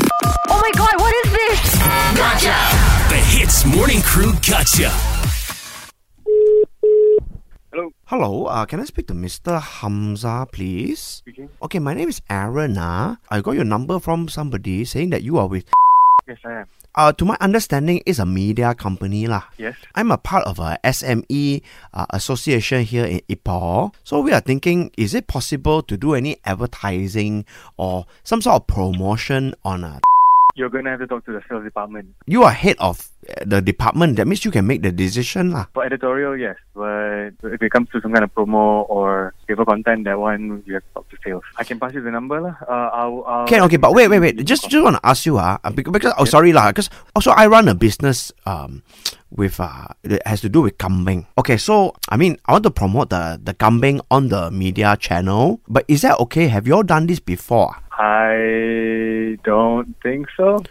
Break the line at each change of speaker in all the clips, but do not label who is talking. Oh my god, what is this?
The Hits Morning Crew Gotcha.
Hello, uh, can I speak to Mr. Hamza, please?
Speaking.
Okay, my name is Aaron. Ah, I got your number from somebody saying that you are with.
Yes, I am.
Uh, to my understanding, it's a media company lah.
Yes.
I'm a part of a SME uh, association here in Ipoh. So we are thinking, is it possible to do any advertising or some sort of promotion on a?
You're going to have to talk to the sales department.
You are head of uh, the department. That means you can make the decision lah.
For editorial, yes. But if it comes to some kind of promo or paper content, that one, you have to talk to sales. I can pass you the number. lah. Uh, I'll, I'll,
Can Oh, okay, but wait, wait, wait. Just just want to ask you, ah, uh, because, because oh sorry lah, because also I run a business um with uh that has to do with gambling. Okay, so I mean I want to promote the the gambling on the media channel, but is that okay? Have you all done this before? ah?
I don't think so.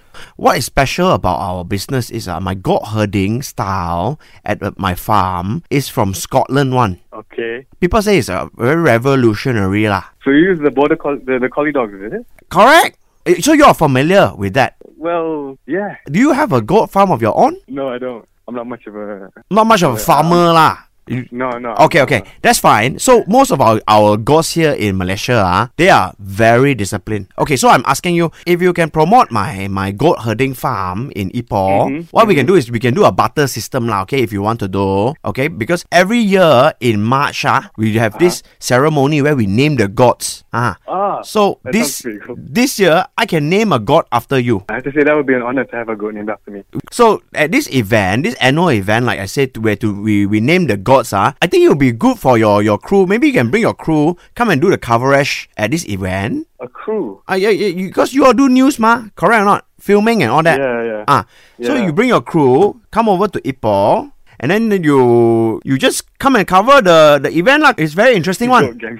What is special about our business is uh, my goat herding style at uh, my farm is from Scotland one.
Okay.
People say it's uh, very revolutionary lah.
So you use the border col- the, the collie dogs, is it?
Correct. Eh, So you're familiar with that.
Well, yeah.
Do you have a goat farm of your own?
No, I don't. I'm not much of a.
Not much of a farmer lah. You-
No, no.
Okay, okay, that's fine. So most of our our gods here in Malaysia, ah, they are very disciplined. Okay, so I'm asking you if you can promote my my goat herding farm in Ipoh.
Mm-hmm.
what we can do is we can do a butter system lah. Okay, if you want to do, okay, because every year in March, ah, we have this ceremony where we name the gods. Ah,
Uh-huh. Ah,
so
that
this
sounds pretty cool.
this year I can name a god after you.
I have to say that would be an honor to have a goat named after me.
So at this event, this annual event, like I said, where to we, we name the gods, ah, I think it'll be good for your, your crew. Maybe you can bring your crew, come and do the coverage at this event.
A crew.
Ah, yeah, yeah, because you all do news, ma, correct or not? Filming and all that.
Yeah, yeah.
Ah, so
Yeah.
you bring your crew, come over to Ipoh, and then you you just come and cover the the event, lah. It's very interesting
Goat
one.
gang.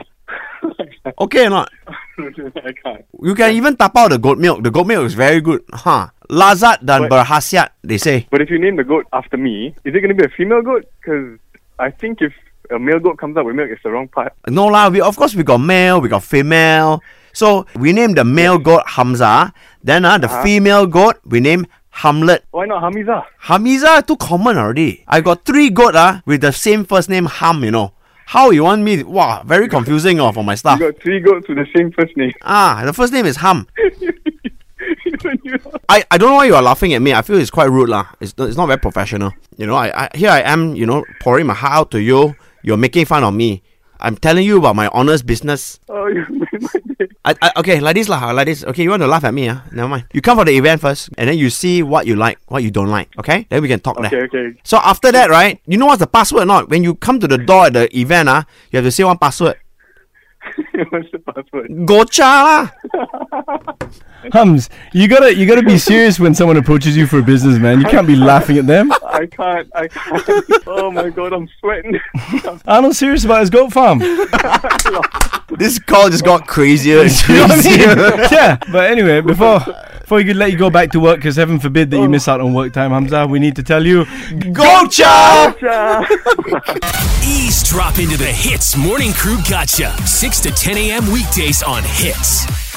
Okay or not?
I can't.
You can even tap out the goat milk. The goat milk is very good, huh? Lazat dan berhasiat, they say.
But if you name the goat after me, is it going to be a female goat? Because I think if a male goat comes up with milk, it's the wrong part.
No lah, we of course we got male, we got female. So we name the male goat Hamza. Then uh, the
Uh-huh.
female goat we name Hamlet.
Why not Hamiza?
Hamiza too common already. I got three goat uh, with the same first name Ham, you know. How you want me? Wow, very confusing oh, for my
You
staff.
got three goats with the same first name.
Ah, the first name is Ham.
You don't know.
I, I don't know why you are laughing at me. I feel it's quite rude lah. It's, it's not very professional. You know, I, I here I am, you know, pouring my heart out to you. You're making fun of me. I'm telling you about my honest business.
oh, you made my day.
I, I, okay, like this lah, like this. Okay, you want to laugh at me? ah? Never mind. You come for the event first, and then you see what you like, what you don't like. Okay, then we can talk
Okay,
there.
okay.
So after that, right? You know what's the password or not? When you come to the door at the event, ah, you have to say one password.
What's the password?
Gocha lah.
Hums, you gotta you gotta be serious when someone approaches you for a business, man. You can't be laughing at them.
I can't. I can't. oh my god, I'm sweating.
Arnold's serious about his goat farm. You
This call just got crazier and
know what I mean?
crazier.
yeah. But anyway, before before we could let you go back to work, because heaven forbid that you miss out on work time, Hamza, we need to tell you
Gocha.
Ease drop into the Hits Morning Crew Gotcha. 6 to 10 a.m. weekdays on Hits.